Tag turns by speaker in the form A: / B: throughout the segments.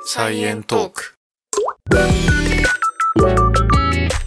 A: サイエントーク。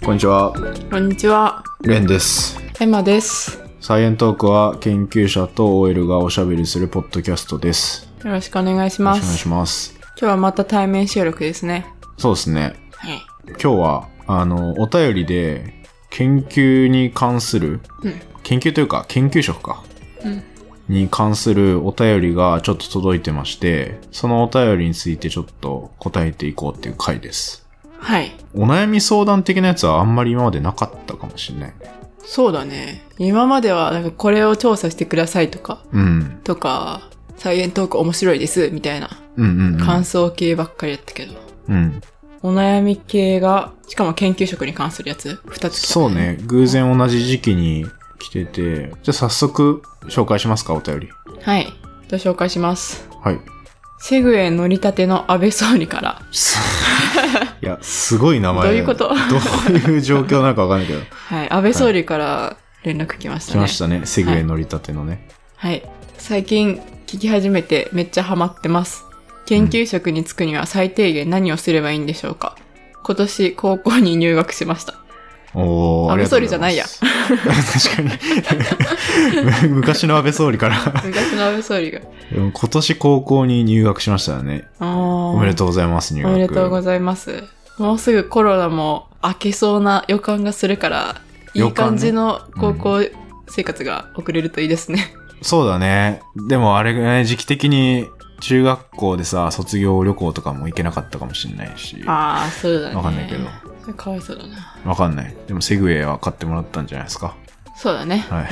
B: こんにちは、
A: こんにちは、
B: レンです。
A: エマです。
B: サイエントークは研究者と OL がおしゃべりするポッドキャストです。
A: よろしくお願いし
B: よ
A: ま
B: ろしくお願い
A: す。
B: します。
A: 今日はまた対面収録ですね。
B: そうですね。
A: はい。
B: 今日は、あの、お便りで、研究に関する、
A: うん
B: 研究というか、研究職か、
A: うん
B: に関するお便りがちょっと届いてまして、そのお便りについてちょっと答えていこうっていう回です。
A: はい。
B: お悩み相談的なやつはあんまり今までなかったかもしれないね。
A: そうだね。今までは、なんかこれを調査してくださいとか、
B: うん。
A: とか、サイエントーク面白いです、みたいな
B: うんうん、うん。
A: 感想系ばっかりやったけど。
B: うん。
A: お悩み系が、しかも研究職に関するやつ、二つ来た
B: そう。ね。偶然同じ時期に来てて。じゃあ早速紹介しますか、お便り。
A: はい。じゃあ紹介します。
B: はい。
A: セグウェイ乗りたての安倍総理から。
B: すいや、すごい名前。
A: どういうこと
B: どういう状況なのかわかんな いけど。
A: はい。安倍総理から連絡来ました
B: 来
A: ね。
B: ましたね。セグウェイ乗りたてのね。
A: はい。最近聞き始めてめっちゃハマってます。研究職に就くには最低限何をすればいいんでしょうか今年高校に入学しま した。
B: おお
A: 安
B: あり
A: 倍
B: がと
A: 総
B: うご
A: 理じ
B: ざ
A: ゃ
B: い
A: ないや
B: ます。確 かに。 昔の安倍総理から。
A: 昔の安倍総理が。
B: でも今年高校に入学しましたよね。
A: お
B: おめで
A: う。
B: とうございます、入
A: お
B: 学。
A: めでとうございます。もうすぐコロナも明けそうな予感がするから、いい
B: 予感
A: 感
B: ね
A: じの高校生活が送れるといいですね。
B: そうだね。でもあれね、時期的に中学校でさ、卒業旅行とかも行けなかったかもしれないし。わ
A: ああ、そうだね。
B: かんないけど。
A: それかわいそうだな。
B: わかんない。でもセグウェイは買ってもらったんじゃないですか。
A: そうだね。
B: はい。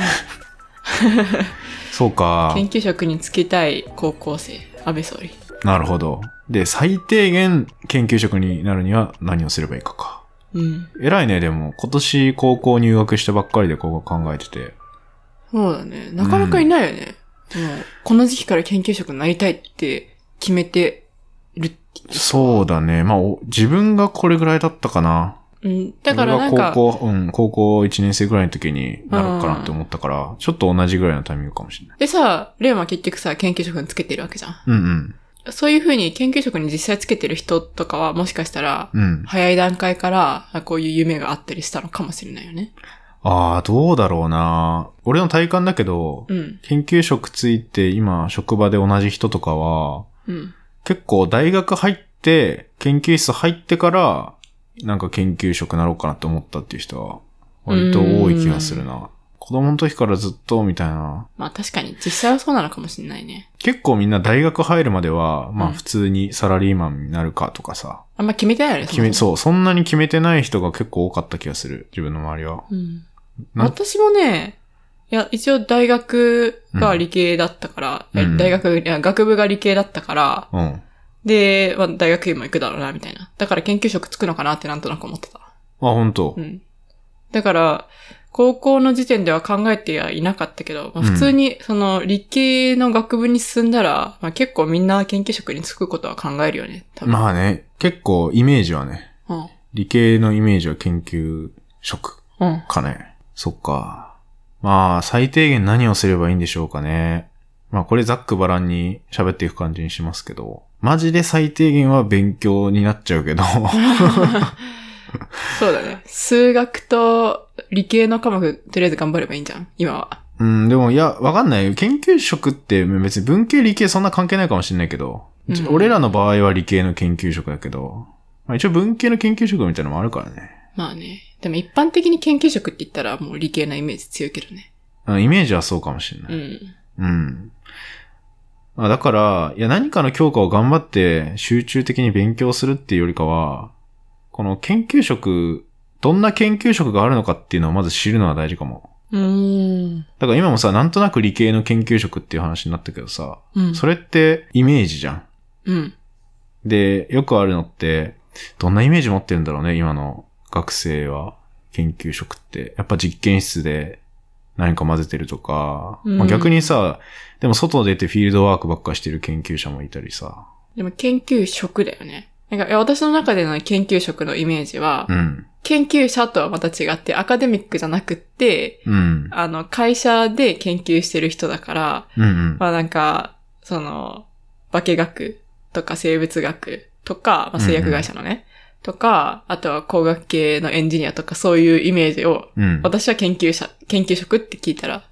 B: そうか。
A: 研究職に就きたい高校生、安倍総理。
B: なるほど。で、最低限研究職になるには何をすればいいかか。
A: うん。
B: 偉いね、でも。今年高校入学したばっかりでここ考えてて。
A: そうだね。なかなかいないよね。でも、この時期から研究職になりたいって決めてるって言ってた
B: そうだね。まあ、お自分がこれぐらいだったかな。
A: うん。だからなん
B: 俺が
A: か、
B: 高校、うん、高校1年生ぐらいの時になるかなって思ったから、ちょっと同じぐらいのタイミングかもしれない。
A: でさ、レイは結局さ、研究職につけてるわけじゃん。
B: うん
A: そういうふうに研究職に実際つけてる人とかは、もしかしたら、
B: うん。うん。
A: 早い段階から、あこういう夢があったりしたのかもしれないよね。
B: ああ、どうだろうな。俺の体感だけど、
A: うん。
B: 研究職ついて今職場で同じ人とかは、
A: うん。
B: 結構大学入って、研究室入ってから、なんか研究職なろうかなって思ったっていう人は、割と多い気がするな。子供の時からずっとみたいな。
A: まあ確かに、実際はそうなのかもしれないね。
B: 結構みんな大学入るまでは、ま
A: う
B: あ
A: ん
B: 普通にサラリーマンになるかとかさ、
A: あんま決めてないよね。
B: 決め、
A: う。
B: そう、そんなに決めてない人が結構多かった気がする、自分の周りは。
A: うん。
B: なん
A: 私もね、いや、一応大学が理系だったから、
B: うん
A: え大学、いや、学部が理系だったから、
B: うん。
A: で、まあ、大学院も行くだろうな、みたいな。だから研究職つくのかなってなんとなく思ってた。
B: あ、本当、
A: うん。だから、高校の時点では考えてはいなかったけど、まあ、
B: うん
A: 普通に、その、理系の学部に進んだら、まあ、結構みんな研究職に就くことは考えるよね、多分。
B: まあね、結構イメージはね、
A: うん。
B: 理系のイメージは研究職
A: うん。
B: かね。そっか。まあ、最低限何をすればいいんでしょうかね。まあ、これざっくばらんに喋っていく感じにしますけど、マジで最低限は勉強になっちゃうけど、
A: そうだね。数学と理系の科目、とりあえず頑張ればいいんじゃん、今は。
B: うん、でも、いや、わかんないよ。研究職って別に文系理系そんな関係ないかもしれないけど、
A: うん
B: 俺らの場合は理系の研究職だけど、まあ、一応文系の研究職みたいなのもあるからね。
A: まあね。でも一般的に研究職って言ったらもう理系なイメージ強いけどね。
B: うんイメージはそうかもしれな
A: う
B: い。
A: ん。
B: うん。まあ、だから、いや、何かの教科を頑張って集中的に勉強するっていうよりかは、この研究職、どんな研究職があるのかっていうのをまず知るのは大事かも。
A: うーん。
B: だから今もさ、なんとなく理系の研究職っていう話になったけどさ、
A: うん。
B: それってイメージじゃん。
A: うん。
B: で、よくあるのって、どんなイメージ持ってるんだろうね、今の学生は。研究職って。やっぱ実験室で何か混ぜてるとか。
A: うん
B: まあ、逆にさ、でも外出てフィールドワークばっかしてる研究者もいたりさ。
A: でも研究職だよね。なんか、いや私の中での研究職のイメージは、
B: うん。
A: 研究者とはまた違ってアカデミックじゃなくって、
B: うん。
A: あの、会社で研究してる人だから、
B: うんうん。
A: まあなんか、その、化学とか生物学とか、まあ、製薬会社のね、とか、あとは工学系のエンジニアとかそういうイメージを、
B: うん。あ
A: 私は研究者、研究職って聞いたら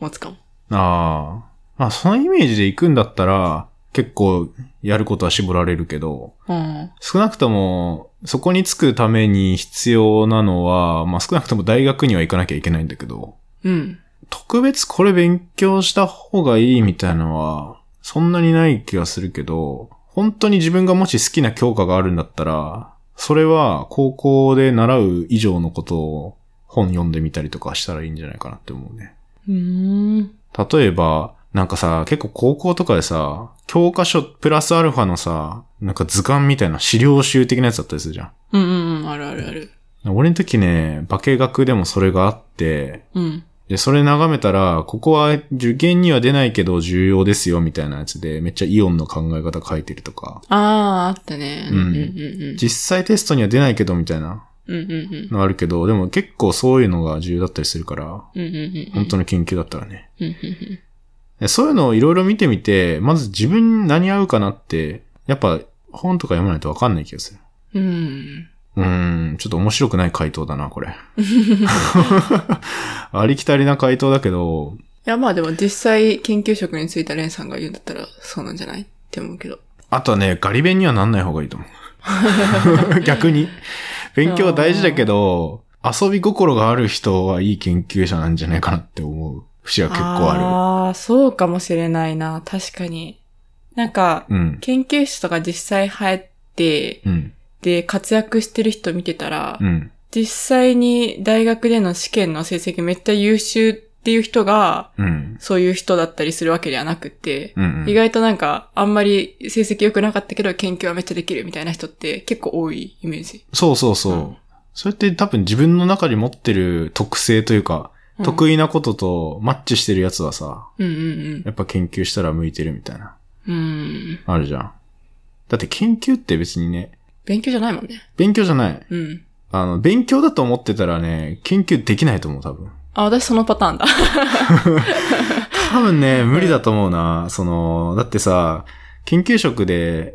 A: 持つかも。
B: あー。まあ、そのイメージで行くんだったら、結構やることは絞られるけど、
A: うん。
B: 少なくとも、そこにつくために必要なのは、まあ少なくとも大学には行かなきゃいけないんだけど、
A: うん。
B: 特別これ勉強した方がいいみたいなのは、そんなにない気がするけど、本当に自分がもし好きな教科があるんだったら、それは高校で習う以上のことを本読んでみたりとかしたらいいんじゃないかなって思うね。
A: うーん。
B: 例えば、なんかさ、結構高校とかでさ、教科書プラスアルファのさ、なんか図鑑みたいな資料集的なやつだったりするじゃん。
A: うんうんうん、あるあるある。
B: 俺の時ね、化学でもそれがあって、
A: うん。
B: で、それ眺めたら、ここは受験には出ないけど重要ですよみたいなやつで、めっちゃイオンの考え方書いてるとか、
A: ああ、あったね。
B: うん
A: うん
B: 実際テストには出ないけどみたいな
A: うんうん。うんうんうん。
B: のあるけど、でも結構そういうのが重要だったりするから、
A: うんうんうん。
B: 本当の研究だったらね。
A: うんうん
B: でそういうのをいろいろ見てみて、まず自分に何合うかなって、やっぱ本とか読まないとわかんない気がす
A: う
B: る。
A: ん。うん。
B: うーん、ちょっと面白くない回答だな、これ。 ありきたりな回答だけど、
A: いや、まあでも実際研究職に就いたレンさんが言うんだったらそうなんじゃないって思うけど。
B: あとはね、ガリ勉にはなんない方がいいと思う。逆に。勉強は大事だけど、遊び心がある人はいい研究者なんじゃないかなって思う節は結構あ
A: ああ、そうかもしれないな。確かに。なんか、
B: る。うん。
A: 研究室とか実際入って、
B: うん。
A: で、活躍してる人見てたら、
B: うん。
A: 実際に大学での試験の成績めっちゃ優秀っていう人が、
B: うん。
A: そういう人だったりするわけではなくて、
B: うん。
A: 意外となんか、あんまり成績良くなかったけど、研究はめっちゃできるみたいな人って結構多いイメージ。
B: そうそうそう。
A: うん
B: それって多分自分の中に持ってる特性というか、得
A: 意。
B: 意なこととマッチしてるやつはさ、
A: うんうん
B: やっぱ研究したら向いてるみたいな、
A: うん。うん。
B: あるじゃん。だって研究って別にね、
A: 勉強じゃないもんね。
B: 勉強じゃない。
A: うん。
B: あの、勉強だと思ってたらね、研究できないと思う、多分。
A: あ、私そのパターンだ。
B: 多分ね、無理だと思うな。その、だってさ、研究職で、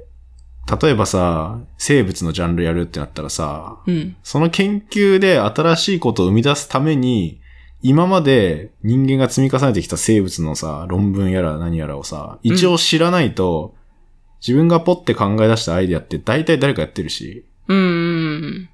B: 例えばさ、生物のジャンルやるってなったらさ、
A: うん。
B: その研究で新しいことを生み出すために、今まで人間が積み重ねてきた生物のさ、論文やら何やらをさ、一応知らないと、自分がポッて考え出したアイディアって大体誰かやってるし、
A: うんうんうん。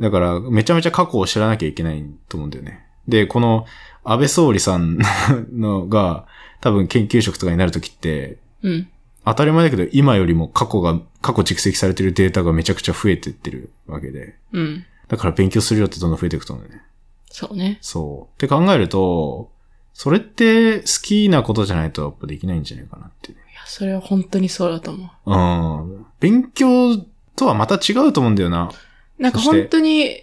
B: だから、めちゃめちゃ過去を知らなきゃいけないと思うんだよね。で、この、安倍総理さん のが、多分研究職とかになるときって、
A: うん。
B: 当たり前だけど、今よりも過去が、過去蓄積されてるデータがめちゃくちゃ増えてってるわけで。
A: うん。
B: だから勉強する量ってどんどん増えていくと思うんだよね。
A: そうね。
B: そう。って考えると、それって好きなことじゃないとやっぱできないんじゃないかなっていうね。
A: いや、それは本当にそうだと思う。
B: うん。勉強とはまた違うと思うんだよな。
A: なんか
B: そして
A: 本当に、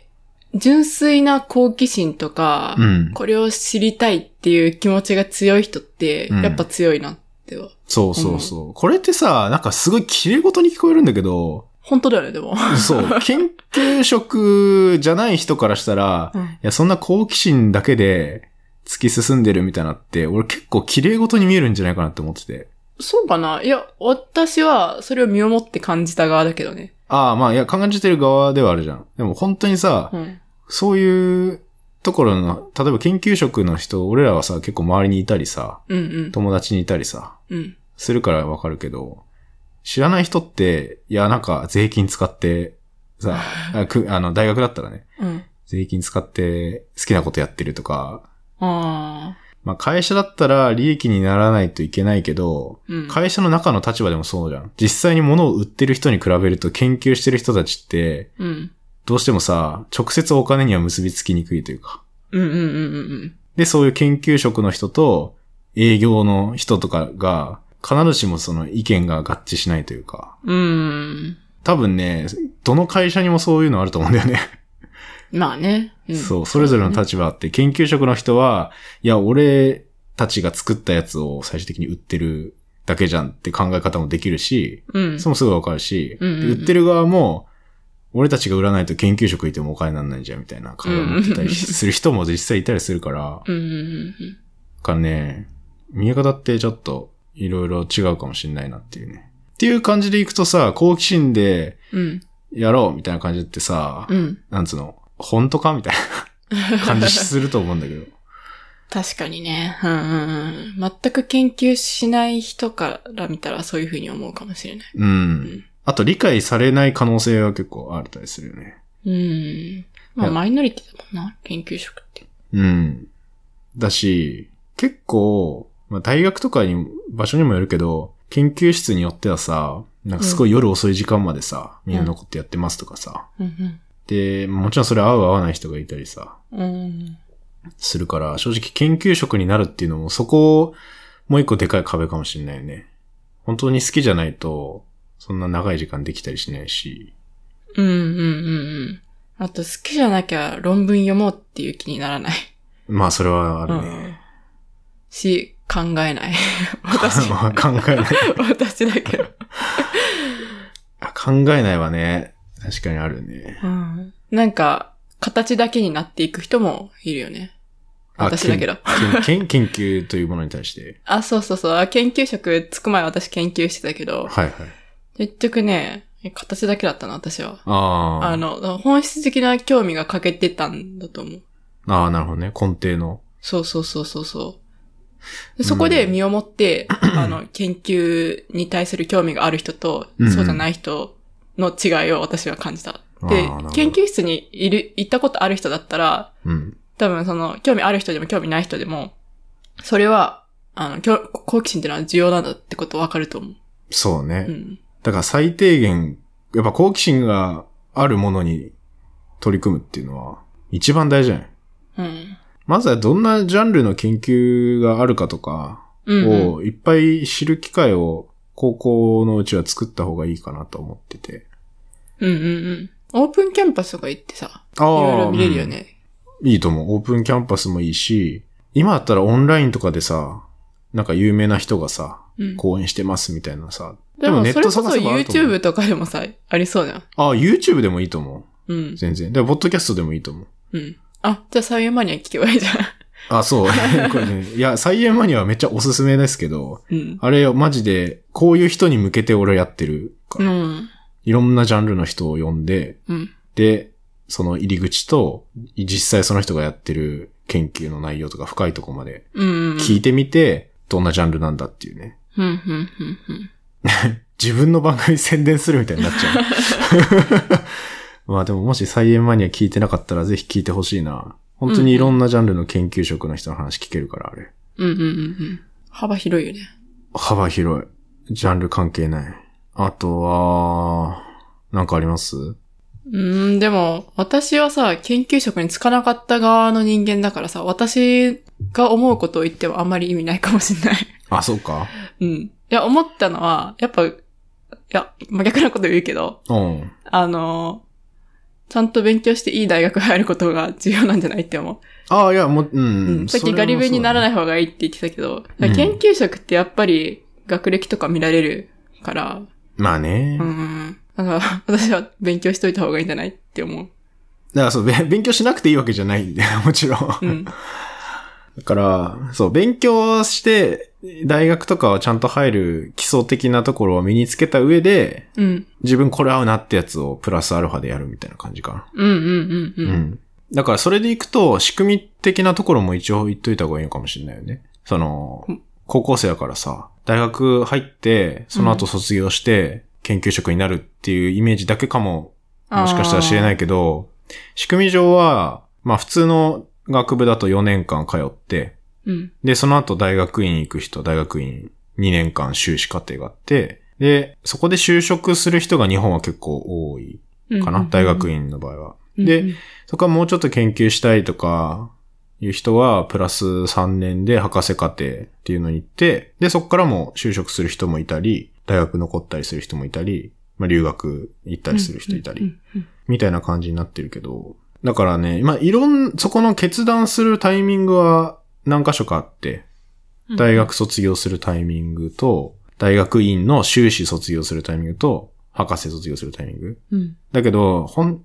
A: 純粋な好奇心とか、
B: うん。
A: これを知りたいっていう気持ちが強い人って、
B: うん
A: やっぱ強いなっては。
B: そうそうそう。これってさ、なんかすごい綺麗事に聞こえるんだけど、
A: 本当だよね、でも。
B: そう、研究職じゃない人からしたら、
A: うん
B: いや、そんな好奇心だけで突き進んでるみたいなって、俺結構綺麗事に見えるんじゃないかなって思ってて。
A: そうかないや、私はそれを身をもって感じた側だけどね。
B: ああ、まあ、いや、感じてる側ではあるじゃん。でも本当にさ、
A: うん。
B: そういうところの、例えば研究職の人、俺らはさ、結構周りにいたりさ、
A: うんうん。
B: 友達にいたりさ、
A: うん。
B: するからわかるけど、知らない人って、いや、なんか税金使って、 さ、あくあの、大学だったらね、
A: うん。
B: 税金使って好きなことやってるとか、
A: ああ。
B: まあ会社だったら利益にならないといけないけど、
A: うん。
B: 会社の中の立場でもそうじゃん。実際に物を売ってる人に比べると研究してる人たちって、
A: うん。
B: どうしてもさ、直接お金には結びつきにくいというか。
A: うんうんうんうん
B: で、そういう研究職の人と営業の人とかが、必ずしもその意見が合致しないというか。
A: うん。うん。
B: 多分ね、どの会社にもそういうのあると思うんだよね。
A: まあね。うん、
B: そう、それぞれの立場あって、研究職の人は、いや、俺たちが作ったやつを最終的に売ってるだけじゃんって考え方もできるし、
A: うん。
B: それもすぐわかるし、
A: うんうんうん
B: で売ってる側も、俺たちが売らないと研究職いてもお金にならないじゃんみたいな考えを持ってたりする人も実際いたりす るから、
A: うんうんうんうん。
B: だからね、見え方ってちょっといろいろ違うかもしれないなっていうね。っていう感じでいくとさ、好奇心で
A: うん。
B: やろうみたいな感じってさ、
A: うん。
B: なんつうの、本当かみたいな 感じすると思うんだけど。
A: 確かにね。うんうんうん。全く研究しない人から見たらそういうふうに思うかもしれない。
B: うん。あと理解されない可能性は結構あるたりするよね。
A: うん。ま
B: い
A: あ、
B: や
A: マイノリティだもんな、研究職って。
B: うん。だし、結構、まあ、大学とかに、場所にもよるけど、研究室によってはさ、なんかすごい夜遅い時間までさ、みんなのことやってますとかさ。
A: うん
B: で、もちろんそれ合う合わない人がいたりさ、
A: うん。うん。
B: するから、正直研究職になるっていうのも、そこ、もう一個でかい壁かもしれないよね。本当に好きじゃないと、そんな長い時間できたりしないし。
A: うんうんうんうん。あと、好きじゃなきゃ論文読もうっていう気にならない。
B: まあ、それはある
A: うん
B: ね。
A: し、考え ない。私
B: まあ、考えない。
A: 私だ けど。
B: あ考えないはね、確かにあるね。
A: うん。なんか、形だけになっていく人もいるよね。
B: あ
A: 私だけど。
B: けん研究というものに対して。
A: あ、そうそうそう。あ研究職つく前私研究してたけど、
B: はいはい。
A: 結局ね、形だけだったな、私は。
B: ああ。
A: あの、本質的な興味が欠けてたんだと思う。
B: ああ、なるほどね。根底の。
A: そうそうそうそうそう。でそこで身をも って、あの、研究に対する興味がある人と、
B: うん
A: そうじゃない人の違いを私は感じた。
B: あー
A: で
B: なるほど、
A: 研究室にいる、行ったことある人だったら、
B: うん。
A: 多分その、興味ある人でも興味ない人でも、それは、あの、興好奇心っていうのは重要なんだってことわかると思う。
B: そうね。
A: うん。
B: だから最低限、やっぱ好奇心があるものに取り組むっていうのは一番大事じゃない
A: うん。
B: まずはどんなジャンルの研究があるかとか
A: うん、うん。
B: をいっぱい知る機会を高校のうちは作った方がいいかなと思ってて。
A: うんうんうん。オープンキャンパスとか行ってさ、
B: あ
A: い
B: あ
A: ろいろ見れるよね。
B: いいと思う。オープンキャンパスもいいし、今だったらオンラインとかでさ、なんか有名な人がさ、
A: うん。
B: 講演してますみたいなさ。
A: でも、それこそ
B: ばあると思う
A: YouTube とかでもさ、ありそうじゃん。
B: あ、YouTube でもいいと思
A: うん
B: う。。全然。でも、ポッドキャストでもいいと思う。
A: うん。あ、じゃあそういうマニア聞けばいいじゃん。
B: あ、そう。これね。いや、菜園マニアはめっちゃおすすめですけど、
A: うん。
B: あれよ、マジで、こういう人に向けて俺やってるか
A: う
B: ら。
A: ん。
B: いろんなジャンルの人を呼んで、
A: うん。
B: で、その入り口と、実際その人がやってる研究の内容とか深いとこまで
A: うん。
B: 聞いてみて、どんなジャンルなんだっていうね。
A: うん、うん、うん、うん。
B: 自分の番組宣伝するみたいになっちゃう。ま あでももし菜園マニア聞いてなかったらぜひ聞いてほしいな。本当にいろんなジャンルの研究職の人の話聞けるから、あれ。
A: うん、うん、うんうん。幅広いよね。
B: 幅広い。ジャンル関係ない。あとは、なんかあります
A: うん、でも、私はさ、研究職に就かなかった側の人間だからさ、私が思うことを言ってもあんまり意味ないかもしんない。
B: あ、そうか。
A: うん。いや、思ったのは、やっぱ、いや、真逆なこと言うけど、
B: うん。
A: あの、ちゃんと勉強していい大学入ることが重要なんじゃないって思う。
B: ああ、いや、もう、う。。
A: うんん、さっきガリ勉にならないい方がいいって言ってたけど、
B: うん
A: 研究職ってやっぱり学歴とか見られるから、
B: まあね。
A: う
B: だ
A: ん。だから、 私は勉強しといた方がいいんじゃないって思う。
B: からそう、べ勉強しなくていいわけじゃないんで、もちろん。
A: うん。
B: だから、そう、勉強して、大学とかはちゃんと入る基礎的なところを身につけた上で、
A: うん。
B: 自分これ合うなってやつをプラスアルファでやるみたいな感じか
A: うんうんうん
B: な。
A: うん。
B: だからそれでいくと、仕組み的なところも一応言っといた方がいいのかもしれないよね。その
A: うん、。
B: 高校生だからさ、大学入って、その後卒業して、研究職になるっていうイメージだけかも、もしかしたら知れないいけど、仕組み上は、まあ普通の学部だと4年間通って、
A: うん。
B: で、その後大学院行く人、大学院2年間修士課程があって、で、そこで就職する人が日本は結構多い
A: うん
B: かな、大学院の場合は。で、
A: うんうん
B: そこはもうちょっと研究したいとか、いう人は、プラス3年で博士課程っていうのに行って、で、そこからも就職する人もいたり、大学残ったりする人もいたり、まあ、留学行ったりする人いたり、。
A: うん
B: みたいな感じになってるけど、だからね、まあ、いろん、そこの決断するタイミングは何箇所かあって、
A: うん
B: 大学卒業するタイミングと、大学院の修士卒業するタイミングと、博士卒業するタイミング。
A: うん。
B: だけど、ほん、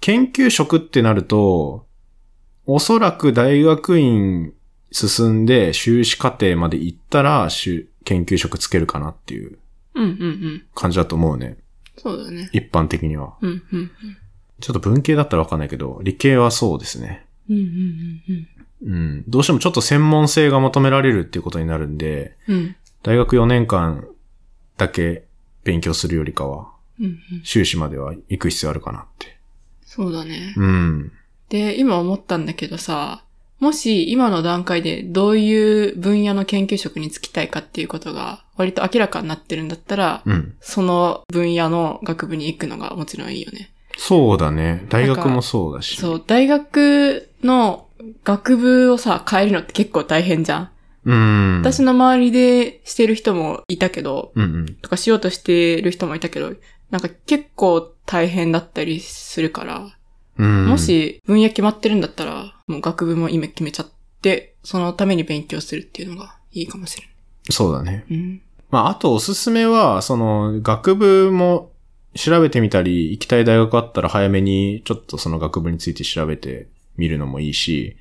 B: 研究職ってなると、おそらく大学院進んで修士課程まで行ったら、修研究職つけるかなっていう
A: うんうんうん。
B: 感じだと思うね。
A: そうだね。
B: 一般的には。
A: うんうん
B: ちょっと文系だったらわかんないけど、理系はそうですね。
A: うん。うんうんうん
B: うん。どうしてもちょっと専門性が求められるっていうことになるんで、
A: うん。うん
B: 大学4年間だけ勉強するよりかは、
A: うんうん。
B: 修士までは行く必要あるかなって。
A: そうだね。
B: うん。
A: で、今思ったんだけどさ、もし今の段階でどういう分野の研究職に就きたいかっていうことが割と明らかになってるんだったら、
B: うん。
A: その分野の学部に行くのがもちろんいいよね。
B: そうだね。大学もそうだし。。
A: そうう、大学の学部をさ、変えるのって結構大変じゃん。
B: ん。
A: 私の周りでしてる人もいたけど、
B: うんうん。
A: とかしようとしてる人もいたけど、なんか結構大変だったりするから、
B: うん。
A: も、し分野決まってるんだったら、もう学部も今決めちゃって、そのために勉強するっていうのがいいかもしれ
B: そうだね。
A: ない。うん。
B: まあ、あとおすすめは、その、学部も調べてみたり、行きたい大学あったら早めに、ちょっとその学部について調べてみるのもいいし、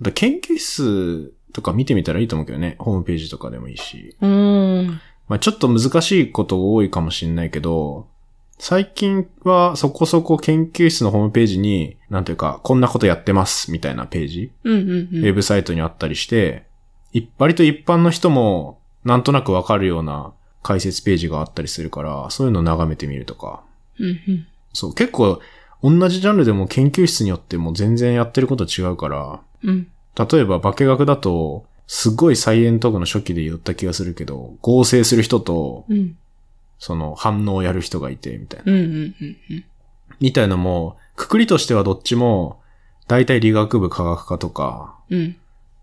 B: あと研究室とか見てみたらいいと思うけどね。ホームページとかでもいいし。
A: うーん。
B: まあ、ちょっと難しいこと多いかもしれないけど、最近はそこそこ研究室のホームページに、なんていうか、こんなことやってますみたいなページ
A: うんうんうん。
B: ウェブサイトにあったりして、い割と一般の人もなんとなくわかるような解説ページがあったりするから、そういうのを眺めてみるとか。
A: うんうん。
B: そう、結構同じジャンルでも研究室によっても全然やってること違うから、
A: うん。
B: 例えば化学だと、すごいサイエントークの初期で言った気がするけど、合成する人と、
A: うん。
B: その反応をやる人がいて、みたいな。
A: うんうんうんうん。
B: みたいのも、くくりとしてはどっちも、大体理学部科学科とか、
A: うん。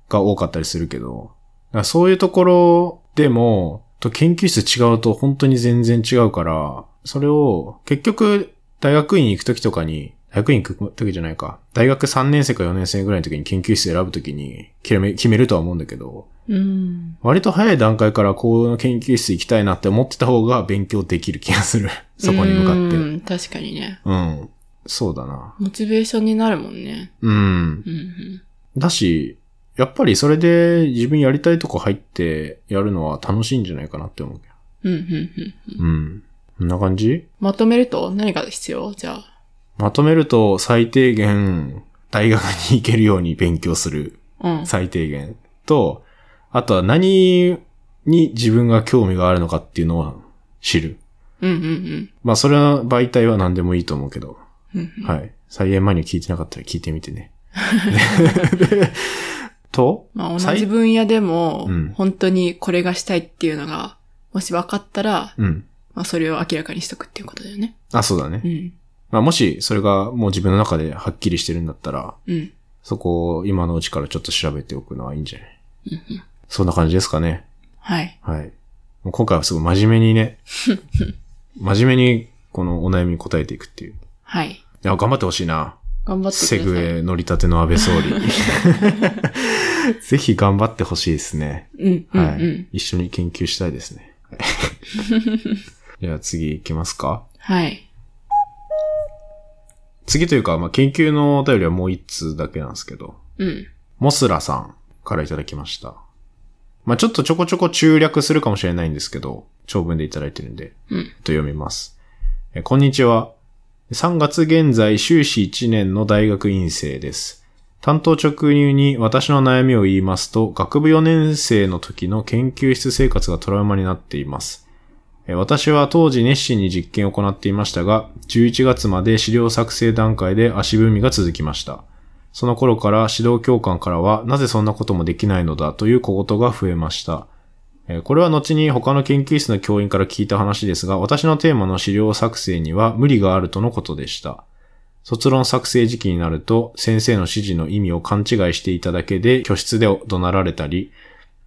B: が多かったりするけど、だからそういうところでも、と研究室違うと本当に全然違うから、それを結局大学院行くときとかに、大学院行くときじゃないか、大学3年生か4年生ぐらいのときに研究室選ぶときに決め決めるとは思うんだけど、
A: うん。
B: 割と早い段階からこの研究室行きたいなって思ってた方が勉強できる気がする。そこに向かって。
A: うん。確かにね。
B: うん。そうだな。
A: モチベーションになるもんね。
B: うん。
A: うんうん。
B: だし、やっぱりそれで自分やりたいとこ入ってやるのは楽しいんじゃないかなって思うけど。
A: うんうんうん。
B: うん。こんな感じ
A: まとめると何が必要じゃあ。
B: まとめると最低限大学に行けるように勉強する。
A: うん。
B: 最低限。と、あとは何に自分が興味があるのかっていうのを知る。
A: うんうんうん
B: まあそれは媒体は何でもいいと思うけど。
A: うんうん。
B: はい。再演前に聞いてなかったら聞いてみてね。でと、
A: まあ同
B: 最
A: じ分野でも
B: うん、
A: 本当にこれがしたいっていうのが、もし分かったら、
B: うん。
A: まあそれを明らかにしとくっていうことだよね。
B: あ、そうだね
A: う。ん。
B: まあ、もし、それがもう自分の中ではっきりしてるんだったら、
A: うん。
B: そこを今のうちからちょっと調べておくのはいいんじゃない
A: うんうん
B: そんな感じですかね。
A: はい。
B: はい。もう今回はすごい真面目に ね、真面目にこのお悩みに答えていくっていう。い
A: はい。
B: や、頑張ってほしいな。
A: 頑張ってくださ
B: セ
A: い。
B: グウェイ乗り立ての安倍総理。 ぜひ頑張ってほしいですね。
A: うん、うん、う
B: はい、
A: ん。
B: 一緒に研究したいですね。 はい では次行きますか。
A: はい。
B: 次というか、まあ、研究のお便りはもう一通だけなんですけど。
A: うん。
B: モスラさんからいただきました。まあ、ちょっとちょこちょこ中略するかもしれないんですけど、長文でいただいてるんで、
A: うん
B: えっと読みます。えこんにちは。3月現在修士1年の大学院生です。担当直入に私の悩みを言いますと、学部4年生の時の研究室生活がトラウマになっています。え私は当時熱心に実験を行っていましたが、11月まで資料作成段階で足踏みが続きました。その頃から指導教官からは、なぜそんなこともできないのだという小言が増えました。えーこれは後に他の研究室の教員から聞いた話ですが、私のテーマの資料作成には無理があるとのことでした。卒論作成時期になると、先生の指示の意味を勘違いしていただけで、居室で怒鳴られたり、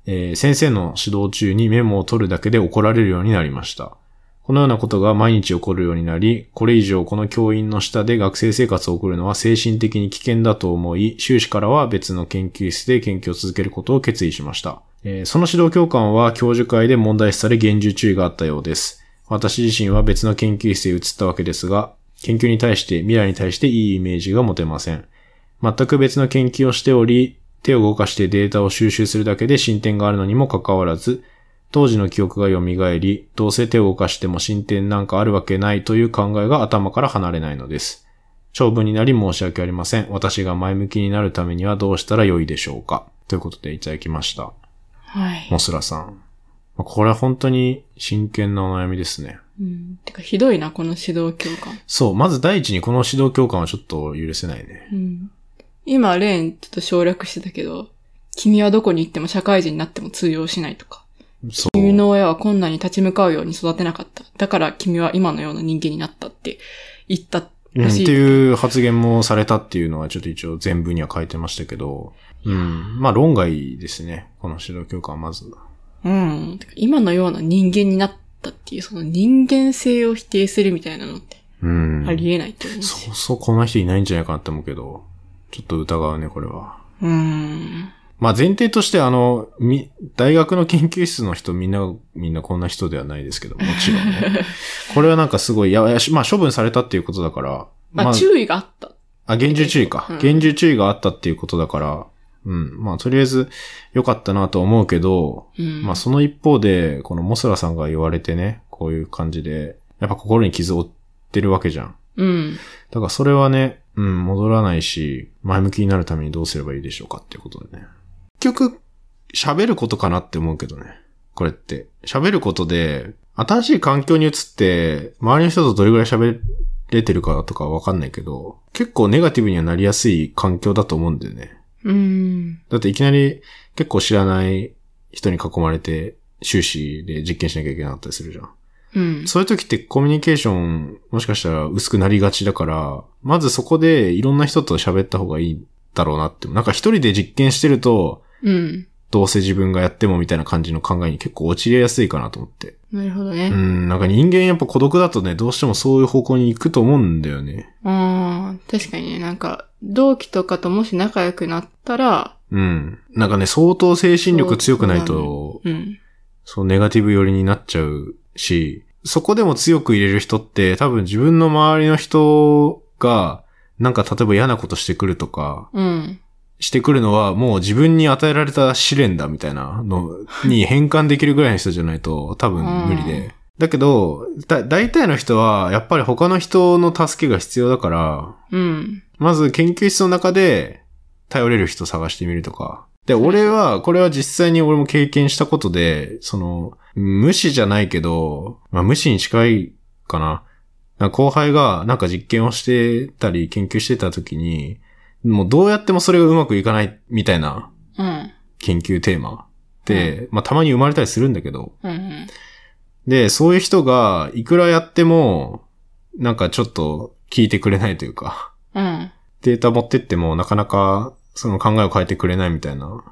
B: えー先生の指導中にメモを取るだけで怒られるようになりました。このようなことが毎日起こるようになり、これ以上この教員の下で学生生活を送るのは精神的に危険だと思い、修士からは別の研究室で研究を続けることを決意しました。えーその指導教官は教授会で問題視され厳重注意があったようです。私自身は別の研究室へ移ったわけですが、研究に対して、未来に対していいイメージが持てません。全く別の研究をしており、手を動かしてデータを収集するだけで進展があるのにもかかわらず、当時の記憶が蘇り、どうせ手を動かしても進展なんかあるわけないという考えが頭から離れないのです。長文になり申し訳ありません。私が前向きになるためにはどうしたらよいでしょうかということでいただきました。
A: はい
B: モ。スラさん。まあこれは本当に真剣なお悩みですね。
A: うん。てか、ひどいな、この指導教官。
B: そう、まず第一にこの指導教官はちょっと許せないね。
A: うん。今、レーンちょっと省略してたけど、君はどこに行っても社会人になっても通用しないとか。
B: そう。
A: 君の親は困難に立ち向かうように育てなかった。だから君は今のような人間になったって言った
B: うん、
A: ら
B: っ
A: しい。
B: ていう発言もされたっていうのはちょっと一応全部には書いてましたけど、うん。まあ論外ですね。この指導教官はまず。
A: うん。てか今のような人間になったっていう、その人間性を否定するみたいなのって
B: うん。
A: ありえないと思うし。
B: そうそう、こんな人いないんじゃないかなって思うけど、ちょっと疑うね、これは。
A: うん。
B: まあ前提として、あの、み、大学の研究室の人みんな、みんなこんな人ではないですけど、もちろん ね。これはなんかすごい、いや、いやしまあ処分されたっていうことだから、
A: まあ、注意があった。
B: あ、厳重注意か
A: うん。
B: 厳重注意があったっていうことだから、うん。まあ、とりあえず、良かったなとは思うけど、
A: うん。
B: まあ、その一方で、このモスラさんが言われてね、こういう感じで、やっぱ心に傷を負ってるわけじゃん。
A: うん。
B: だから、それはね、うん、戻らないし、前向きになるためにどうすればいいでしょうかっていうことでね。結局、喋ることかなって思うけどね。これって。喋ることで、新しい環境に移って、周りの人とどれぐらい喋れてるかとかわかんないけど、結構ネガティブにはなりやすい環境だと思うんだよね。
A: うん。
B: だっていきなり結構知らない人に囲まれて、終始で実験しなきゃいけなかったりするじゃん。
A: うん。
B: そういう時ってコミュニケーション、もしかしたら薄くなりがちだから、まずそこでいろんな人と喋った方がいいだろうなって。なんか一人で実験してると、
A: うん。
B: どうせ自分がやってもみたいな感じの考えに結構陥りやすいかなと思って。
A: なるほど
B: う
A: ね。
B: ん、なんか人間やっぱ孤独だとね、どうしてもそういう方向に行くと思うんだよね。
A: ああ、確かにね、なんか、同期とかともし仲良くなったら、
B: うん。なんかね、相当精神力強くないと、
A: うん。
B: そう、ネガティブ寄りになっちゃうし、そこでも強く入れる人って多分自分の周りの人が、なんか例えば嫌なことしてくるとか、
A: うん。
B: してくるのはもう自分に与えられた試練だみたいなのに変換できるぐらいの人じゃないと多分無理
A: うん
B: で。だけど、だ、大体の人はやっぱり他の人の助けが必要だから、
A: うん。
B: まず研究室の中で頼れる人探してみるとか。で、俺は、これは実際に俺も経験したことで、その、無視じゃないけど、まあ無視に近いかな。なんか後輩がなんか実験をしてたり研究してた時に、もうどうやってもそれがうまくいかないみたいな
A: うん。
B: 研究テーマって、まあたまに生まれたりするんだけど、
A: うん。
B: で、そういう人がいくらやっても、なんかちょっと聞いてくれないというか、
A: うん。
B: データ持ってってもなかなかその考えを変えてくれないみたいな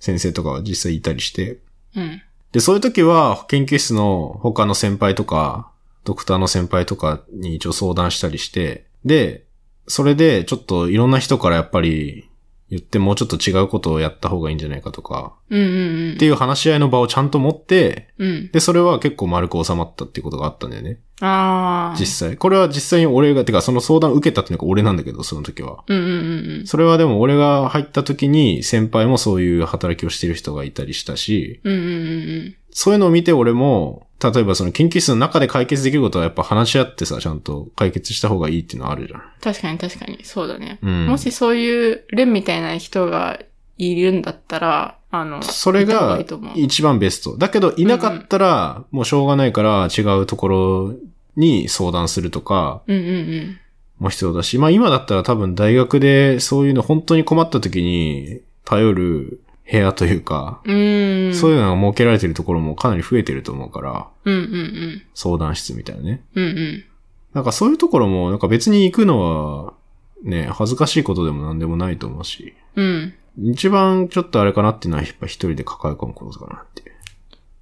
B: 先生とかは実際いたりして。
A: うん。
B: で、そういう時は研究室の他の先輩とか、ドクターの先輩とかに一応相談したりして、で、それでちょっといろんな人からやっぱり言ってもうちょっと違うことをやった方がいいんじゃないかとか、
A: うん。うん。
B: っていう話し合いの場をちゃんと持って、
A: うん。
B: で、それは結構丸く収まったっていうことがあったんだよね。
A: ああ。
B: 実際。これは実際に俺が、てかその相談を受けたっていうのが俺なんだけど、その時は。
A: うんうんうん
B: それはでも俺が入った時に先輩もそういう働きをしてる人がいたりしたし、
A: うん。うんうん
B: そういうのを見て俺も、例えばその研究室の中で解決できることはやっぱ話し合ってさ、ちゃんと解決した方がいいっていうのはあるじゃん。
A: 確かに確かに、そうだね。
B: うん。
A: もしそういう、レンみたいな人がいるんだったら、あの、
B: それ
A: 行った方が
B: が
A: いいと思う
B: 一番ベスト。だけどいなかったら、もうしょうがないから違うところに相談するとか
A: うんうん
B: も必要だし、まあ今だったら多分大学でそういうの本当に困った時に頼る部屋というか、
A: うん。うーん。。
B: そういううのが設けられてるところもかなり増えてると思うから、
A: うんうんうん。
B: 相談室みたいなね。
A: うんうん。
B: なんかそういうところも、なんか別に行くのは、ね、恥ずかしいことでも何でもないと思うし、
A: うん。
B: 一番ちょっとあれかなっていうのはやっぱ一人で抱え込むことかなっていう。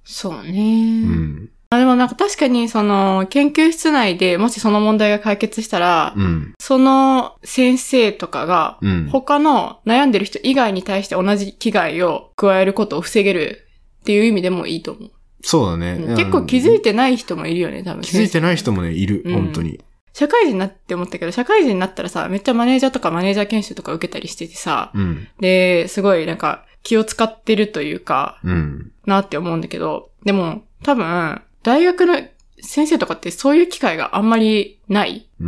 A: そうね。
B: うん。
A: まあでもなんか確かにその研究室内でもしその問題が解決したら、
B: うん。
A: その先生とかが
B: うん。
A: 他の悩んでる人以外に対して同じ危害を加えることを防げるっていう意味でもいいと思う。
B: そうだね。
A: 結構気づい
B: て、
A: てない人もいるよね、多分。
B: 気づいてない人もね、いる。
A: うん
B: 本当に。
A: 社会人になって思ったけど、社会人になったらさ、めっちゃマネージャーとかマネージャー研修とか受けたりしててさ、
B: うん。
A: で、すごいなんか気を使ってるというか、
B: うん。
A: なって思うんだけど、でも多分、大学の先生とかってそういう機会があんまりないう
B: ー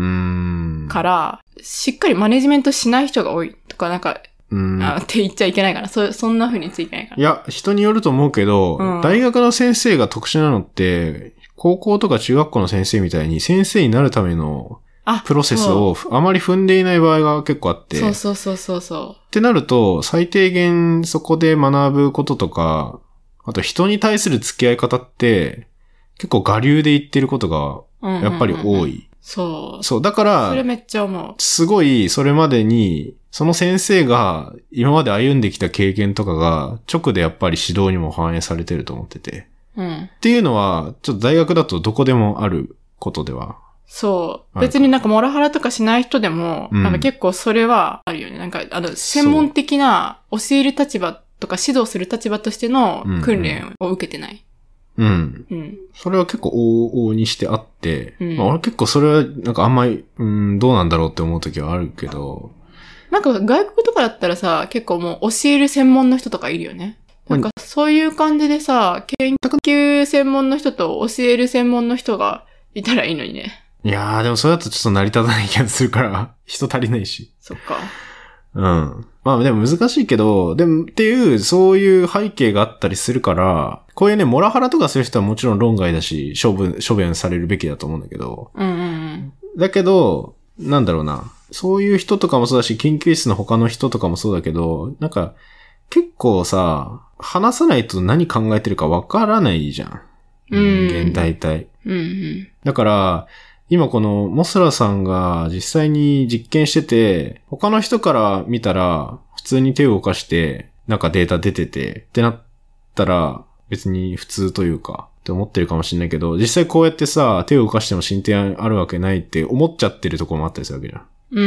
B: ん。
A: から、しっかりマネジメントしない人が多いとか、なんか、
B: うーん。
A: あって言っちゃいけないから、そ、そんな風に言っちゃいけないか
B: い
A: ら。
B: や、人によると思うけど、
A: うん
B: 大学の先生が特殊なのって、高校とか中学校の先生みたいに先生になるための
A: あ、
B: プロセスをあまり踏んでいない場合が結構あって、
A: そう
B: っ
A: そうそうそうそ
B: てなると最低限そこで学ぶこととか、あと人に対する付き合い方って結構我流で言ってることが
A: う。うんうんうん
B: やっぱり多い。
A: そう。
B: そう、だか
A: それ
B: ら、
A: めっちゃ思う。
B: すごいそれまでにその先生が今まで歩んできた経験とかが直でやっぱり指導にも反映されてると思ってて。
A: うん。
B: っていうのは、ちょっと大学だとどこでもあることでは。
A: そう。
B: ある
A: 別になんかモラハラとかしない人でも、
B: うん
A: なんか結構それはあるよね。なんか、あの、専門的な教える立場とか指導する立場としての
B: うんうん
A: 訓練を受けてない。
B: うん。
A: うん。
B: それは結構往々にしてあって、
A: うん
B: まあ俺結構それはなんかあんまり、うん、どうなんだろうって思う時はあるけど、
A: なんか外国とかだったらさ、結構もう教える専門の人とかいるよね。なんかそういう感じでさ、研究専門の人と教える専門の人がいたらいいのにね。
B: いやーでもそれだとちょっと成り立たない気がするから、 人足りないし。
A: そっか。
B: うん。まあでも難しいけど、でもっていう、そういう背景があったりするから、こういうね、モラハラとかする人はもちろん論外だし、処分、処分されるべきだと思うんだけど、
A: うんうんうん。
B: だけど、なんだろうな。そういう人とかもそうだし、研究室の他の人とかもそうだけど、なんか、結構さ、話さないと何考えてるかわからないじゃん。
A: うん
B: 人間大体。
A: うんうん。
B: だから、今このモスラさんが実際に実験してて、他の人から見たら、普通に手を動かして、なんかデータ出てて、ってなったら、別に普通というか、って思ってるかもしれないけど、実際こうやってさ、手を動かしても進展あるわけないって思っちゃってるところもあったりするわけじゃん。っ
A: う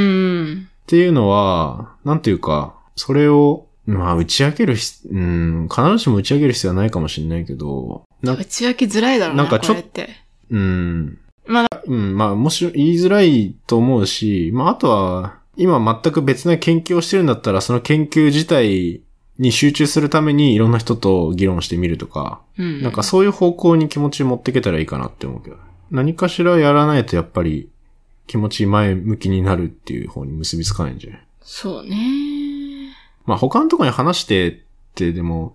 A: ん。
B: ていうのは、なんていうか、それを、まあ、打ち明けるひ、うん、必ずしも打ち明ける必要はないかもしれないけど、なんか
A: 打ち明けづらいだろうな、
B: なんかち
A: こ
B: ょ
A: れって。
B: うん。
A: ま
B: あ、うん、まあ、もし、言いづらいと思うし、まあ、あとは、今全く別な研究をしてるんだったら、その研究自体に集中するためにいろんな人と議論してみるとか、
A: うん。
B: なんかそういう方向に気持ち持っていけたらいいかなって思うけど、何かしらやらないとやっぱり気持ち前向きになるっていう方に結びつかないんじゃない
A: そうね。
B: まあ、他のとこに話してって、でも、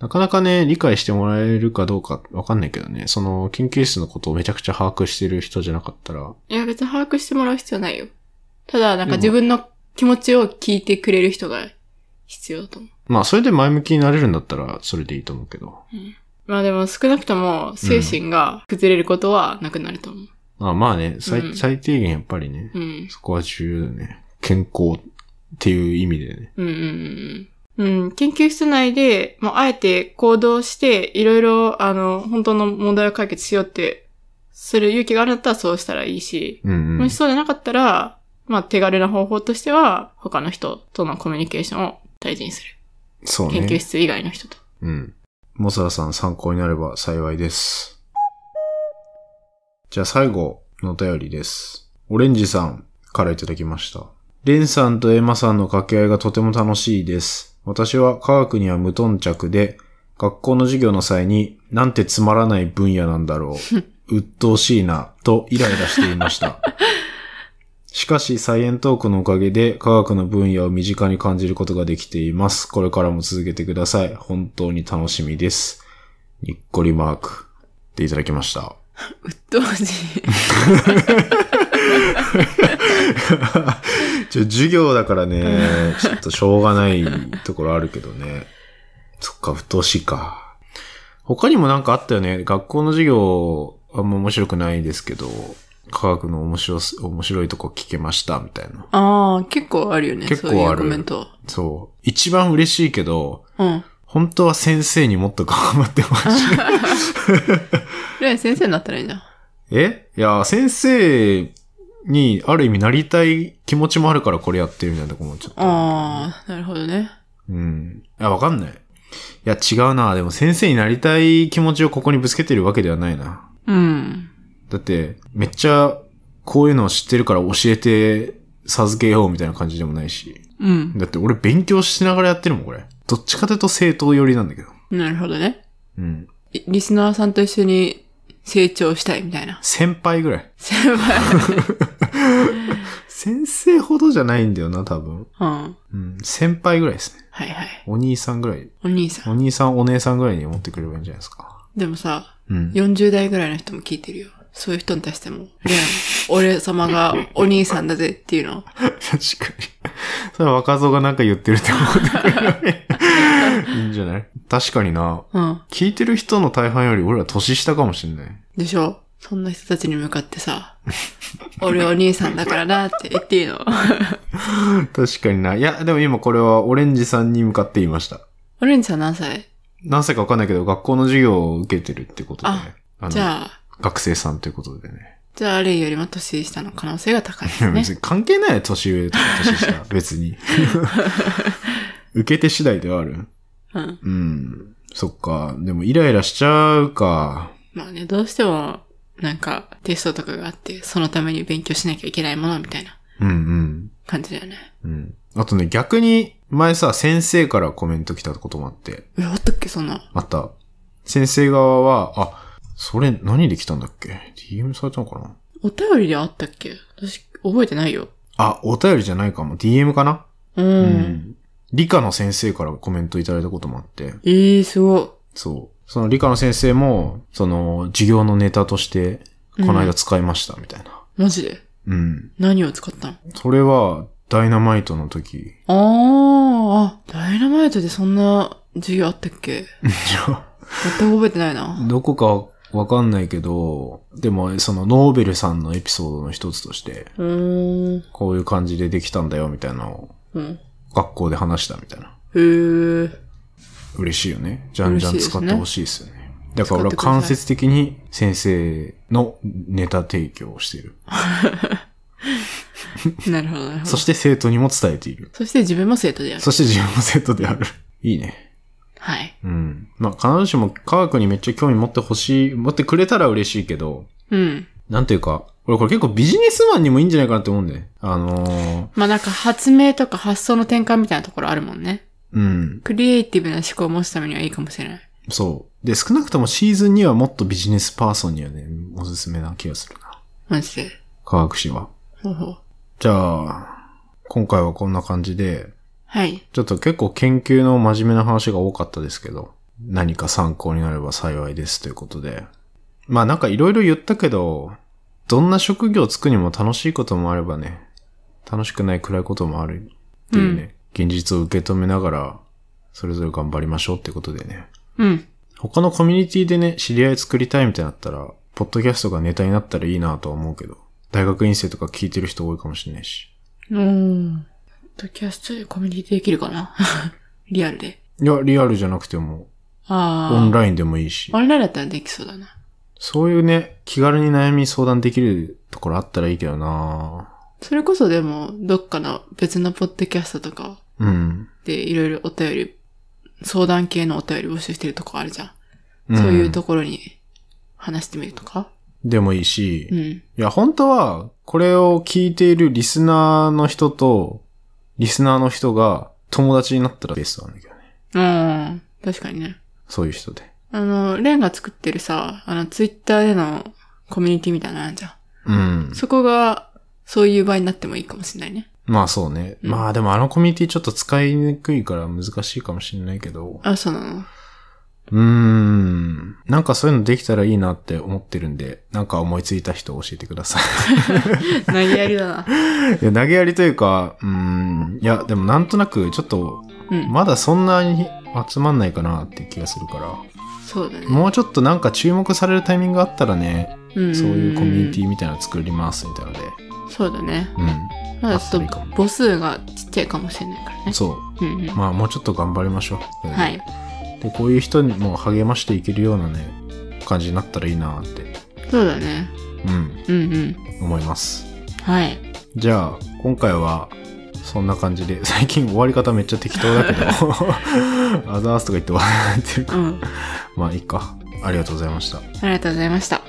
B: なかなかね、理解してもらえるかどうかわかんないけどね、その研究室のことをめちゃくちゃ把握してる人じゃなかったら、
A: いや、別に把握してもらう必要ないよ。ただ、なんか自分の気持ちを聞いてくれる人が必要だと思う。
B: まあ、それで前向きになれるんだったら、それでいいと思うけど。
A: まあでも少なくとも精神が崩れることはなくなると思う。
B: まあまあね、最,、
A: うん
B: 最低限やっぱりね、
A: うん。
B: そこは重要だよね。健康っていう意味でね。
A: うんうんうんうん。うん、研究室内で、もうあえて行動して、いろいろ、あの、本当の問題を解決しようって、する勇気があるんだったらそうしたらいいし、
B: うんう
A: も
B: ん
A: し。そうでなかったら、まあ手軽な方法としては、他の人とのコミュニケーションを大事にする。
B: そう
A: 研究
B: ね。
A: 室以外の人と。
B: うん。モスラさん参考になれば幸いです。じゃあ最後のお便りです。オレンジさんからいただきました。レンさんとエマさんの掛け合いがとても楽しいです。私は科学には無頓着で、学校の授業の際に、なんてつまらない分野なんだろう。鬱陶しいな、とイライラしていました。しかし、サイエントークのおかげで、科学の分野を身近に感じることができています。これからも続けてください。本当に楽しみです。にっこりマーク。っていただきました。
A: 鬱陶しい。
B: ちょ、授業だからね、ちょっとしょうがないところあるけどね。 そっか、不当しいか。他にもなんかあったよね。学校の授業、あんま面白くないですけど、科学の面白す、面白いとこ聞けました、みたいな。
A: ああ、結構あるよね。
B: 結構
A: そうい
B: あ
A: う
B: る
A: コメント。
B: そう。一番嬉しいけど、
A: うん。
B: 本当は先生にもっと頑張ってほ しい。
A: レン先生になったらいいじゃん。
B: えいや、先生にある意味なりたい気持ちもあるからこれやってるみたいなとこもちょっと。
A: ああ、なるほどね。
B: うん。いや、わかんない。いや、違うな。でも先生になりたい気持ちをここにぶつけてるわけではないな。
A: うん。
B: だって、めっちゃ、こういうのを知ってるから教えて、授けようみたいな感じでもないし。
A: うん。
B: だって俺勉強しながらやってるもん、これ。どっちかというと正当寄りなんだけど。
A: なるほどね。
B: うん。
A: リリスナーさんと一緒に成長したいみたいな。
B: 先輩ぐらい。
A: 先輩。
B: 先生ほどじゃないんだよな、多
A: う
B: 分。
A: ん。はい
B: うん。先輩ぐらいですね。
A: はい。
B: お兄さんぐらい。
A: お兄さん。
B: お兄さん、お姉さんぐらいに思ってくれればいいんじゃないですか。
A: でもさ、
B: うん。
A: 40代ぐらいの人も聞いてるよ。そういう人に対しても。いや、俺様がお兄さんだぜっていうのを。
B: 確かに。 それは若造がなんか言ってるって思ってくれればい いいいんじゃない確かにな。
A: うん。
B: 聞いてる人の大半より俺ら年下かもしんない。
A: でしょそんな人たちに向かってさ、俺お兄さんだからなって言っていいの。
B: 確かにな。いや、でも今これはオレンジさんに向かって言いました。
A: オレンジさん何歳
B: なぜかわかんないけど、学校の授業を受けてるってことで、ね
A: あ。
B: あの
A: じゃあ、
B: 学生さんということでね。
A: じゃあ、レイよりも年下の可能性が高いですね
B: 別。に関係ないよ年上とか年下。別 に。受け手次第ではある。
A: うん。
B: うん。そっか。でもイライラしちゃうか。
A: まあね、どうしても、なんか、テストとかがあって、そのために勉強しなきゃいけないものみたいな
B: うんうん。
A: 感じだよね。
B: うん。あとね、逆に、前さ、先生からコメント来たこともあって、
A: え、あったっけ、そんな。
B: また、先生側は、あ、それ何で来たんだっけ ?DM されたのかな
A: お便りであったっけ私、覚えてないよ。
B: あ、お便りじゃないかも。DM かな
A: うん。
B: う。理科の先生からコメントいただいたこともあって、
A: ええー、すご
B: そう。その理科の先生も、その、授業のネタとして、
A: い。
B: この
A: う
B: 間
A: ん
B: 使いました、みたいな。
A: マジで
B: うん。
A: 何を使ったの
B: それは、ダイナマイトの時。
A: あーあ、ダイナマイトでそんな授業あったっけ全く覚えてないな。
B: どこかわかんないけど、でも、その、ノーベルさんのエピソードの一つとして、
A: うーん。
B: こういう感じでできたんだよ、みたいなのを、
A: うん。
B: 学校で話したみたいな。
A: へー。
B: 嬉しいよね。じゃんじゃん
A: 嬉しいです
B: 使
A: ね
B: ってほしいですよね。だから
A: 使っ
B: 俺
A: て
B: は
A: ください
B: 間接的に先生のネタ提供をしている。
A: なるほど、なるほど。
B: そして生徒にも伝えている。
A: そして自分も生徒である。
B: そして自分も生徒である。 いいね。
A: はい。
B: うん。まあ必ずしも科学にめっちゃ興味持ってほしい、持ってくれたら嬉しいけど、
A: うん。
B: なんていうか、俺これ結構ビジネスマンにもいいんじゃないかなって思うんだよね。あのー、
A: まあなんか発明とか発想の転換みたいなところあるもんね。
B: うん。
A: クリエイティブな思考を持つためにはいいかもしれない。
B: そう。で、少なくともシーズンにはもっとビジネスパーソンにはね、おすすめな気がするな。
A: マジで。
B: 科学誌は。
A: ほうほう。
B: じゃあ、今回はこんな感じで、
A: はい。
B: ちょっと結構研究の真面目な話が多かったですけど、何か参考になれば幸いですということで。まあなんかいろいろ言ったけど、どんな職業つくにも楽しいこともあればね、楽しくない暗いこともあるっていうね、現実を受け止めながら、それぞれ頑張りましょうってことでね。
A: うん。
B: 他のコミュニティでね、知り合い作りたいみたいになったら、ポッドキャストがネタになったらいいなとは思うけど、大学院生とか聞いてる人多いかもしれないし。
A: うーん。ポッドキャストでコミュニティできるかな リアルで。
B: いや、リアルじゃなくても、
A: ああ。
B: オンラインでもいいし。
A: オンラインだったらできそうだな。
B: そういうね、気軽に悩み相談できるところあったらいいけどな
A: それこそでも、どっかの別のポッドキャストとか
B: うん。
A: でいろいろお便り、相談系のお便り募集してるとこあるじゃん。
B: ん
A: そういうところに話してみるとか。
B: でもいいし、
A: う
B: い
A: ん。
B: や、本当は、これを聞いているリスナーの人と、リスナーの人が友達になったらベストなんだけどね。
A: うん。確かにね。
B: そういう人で。
A: あの、レンが作ってるさ、あの、ツイッターでのコミュニティみたいなのあるじゃ
B: うん
A: ん。。そこが、そういう場になってもいいかもしれないね。
B: まあそうね。
A: うん
B: まあでもあのコミュニティちょっと使いにくいから難しいかもしれないけど。
A: あ、そうな の。
B: うーん。なんかそういうのできたらいいなって思ってるんで、なんか思いついた人教えてください。
A: 投げやりだな。
B: いや、投げやりというか、うーん、いや、でもなんとなく、ちょっと、
A: うん。
B: まだそんなに集まんないかなって気がするか
A: そうだね
B: ら、。もうちょっとなんか注目されるタイミングがあったらね、
A: うん。
B: そういうコミュニテ
A: ィ。
B: ィみたいなの作りますみたいなので、
A: そうだね。
B: う
A: まだちょっと
B: あそれいいか
A: 母数がちっちゃいかもしれないからね
B: ん、。そう
A: うんうん。
B: う、まあもうちょっと頑張りましょう。
A: はい。
B: で、こういう人にも励ましていけるようなね、感じになったらいいなって、
A: そうだね。
B: うん、
A: うんうん。
B: 思います。
A: はい。
B: じゃあ、今回は、そんな感じで、 最近終わり方めっちゃ適当だけど、 アザースとか言って終わらないっていうか
A: うん。
B: まあいいか。ありがとうございました。
A: ありがとうございました。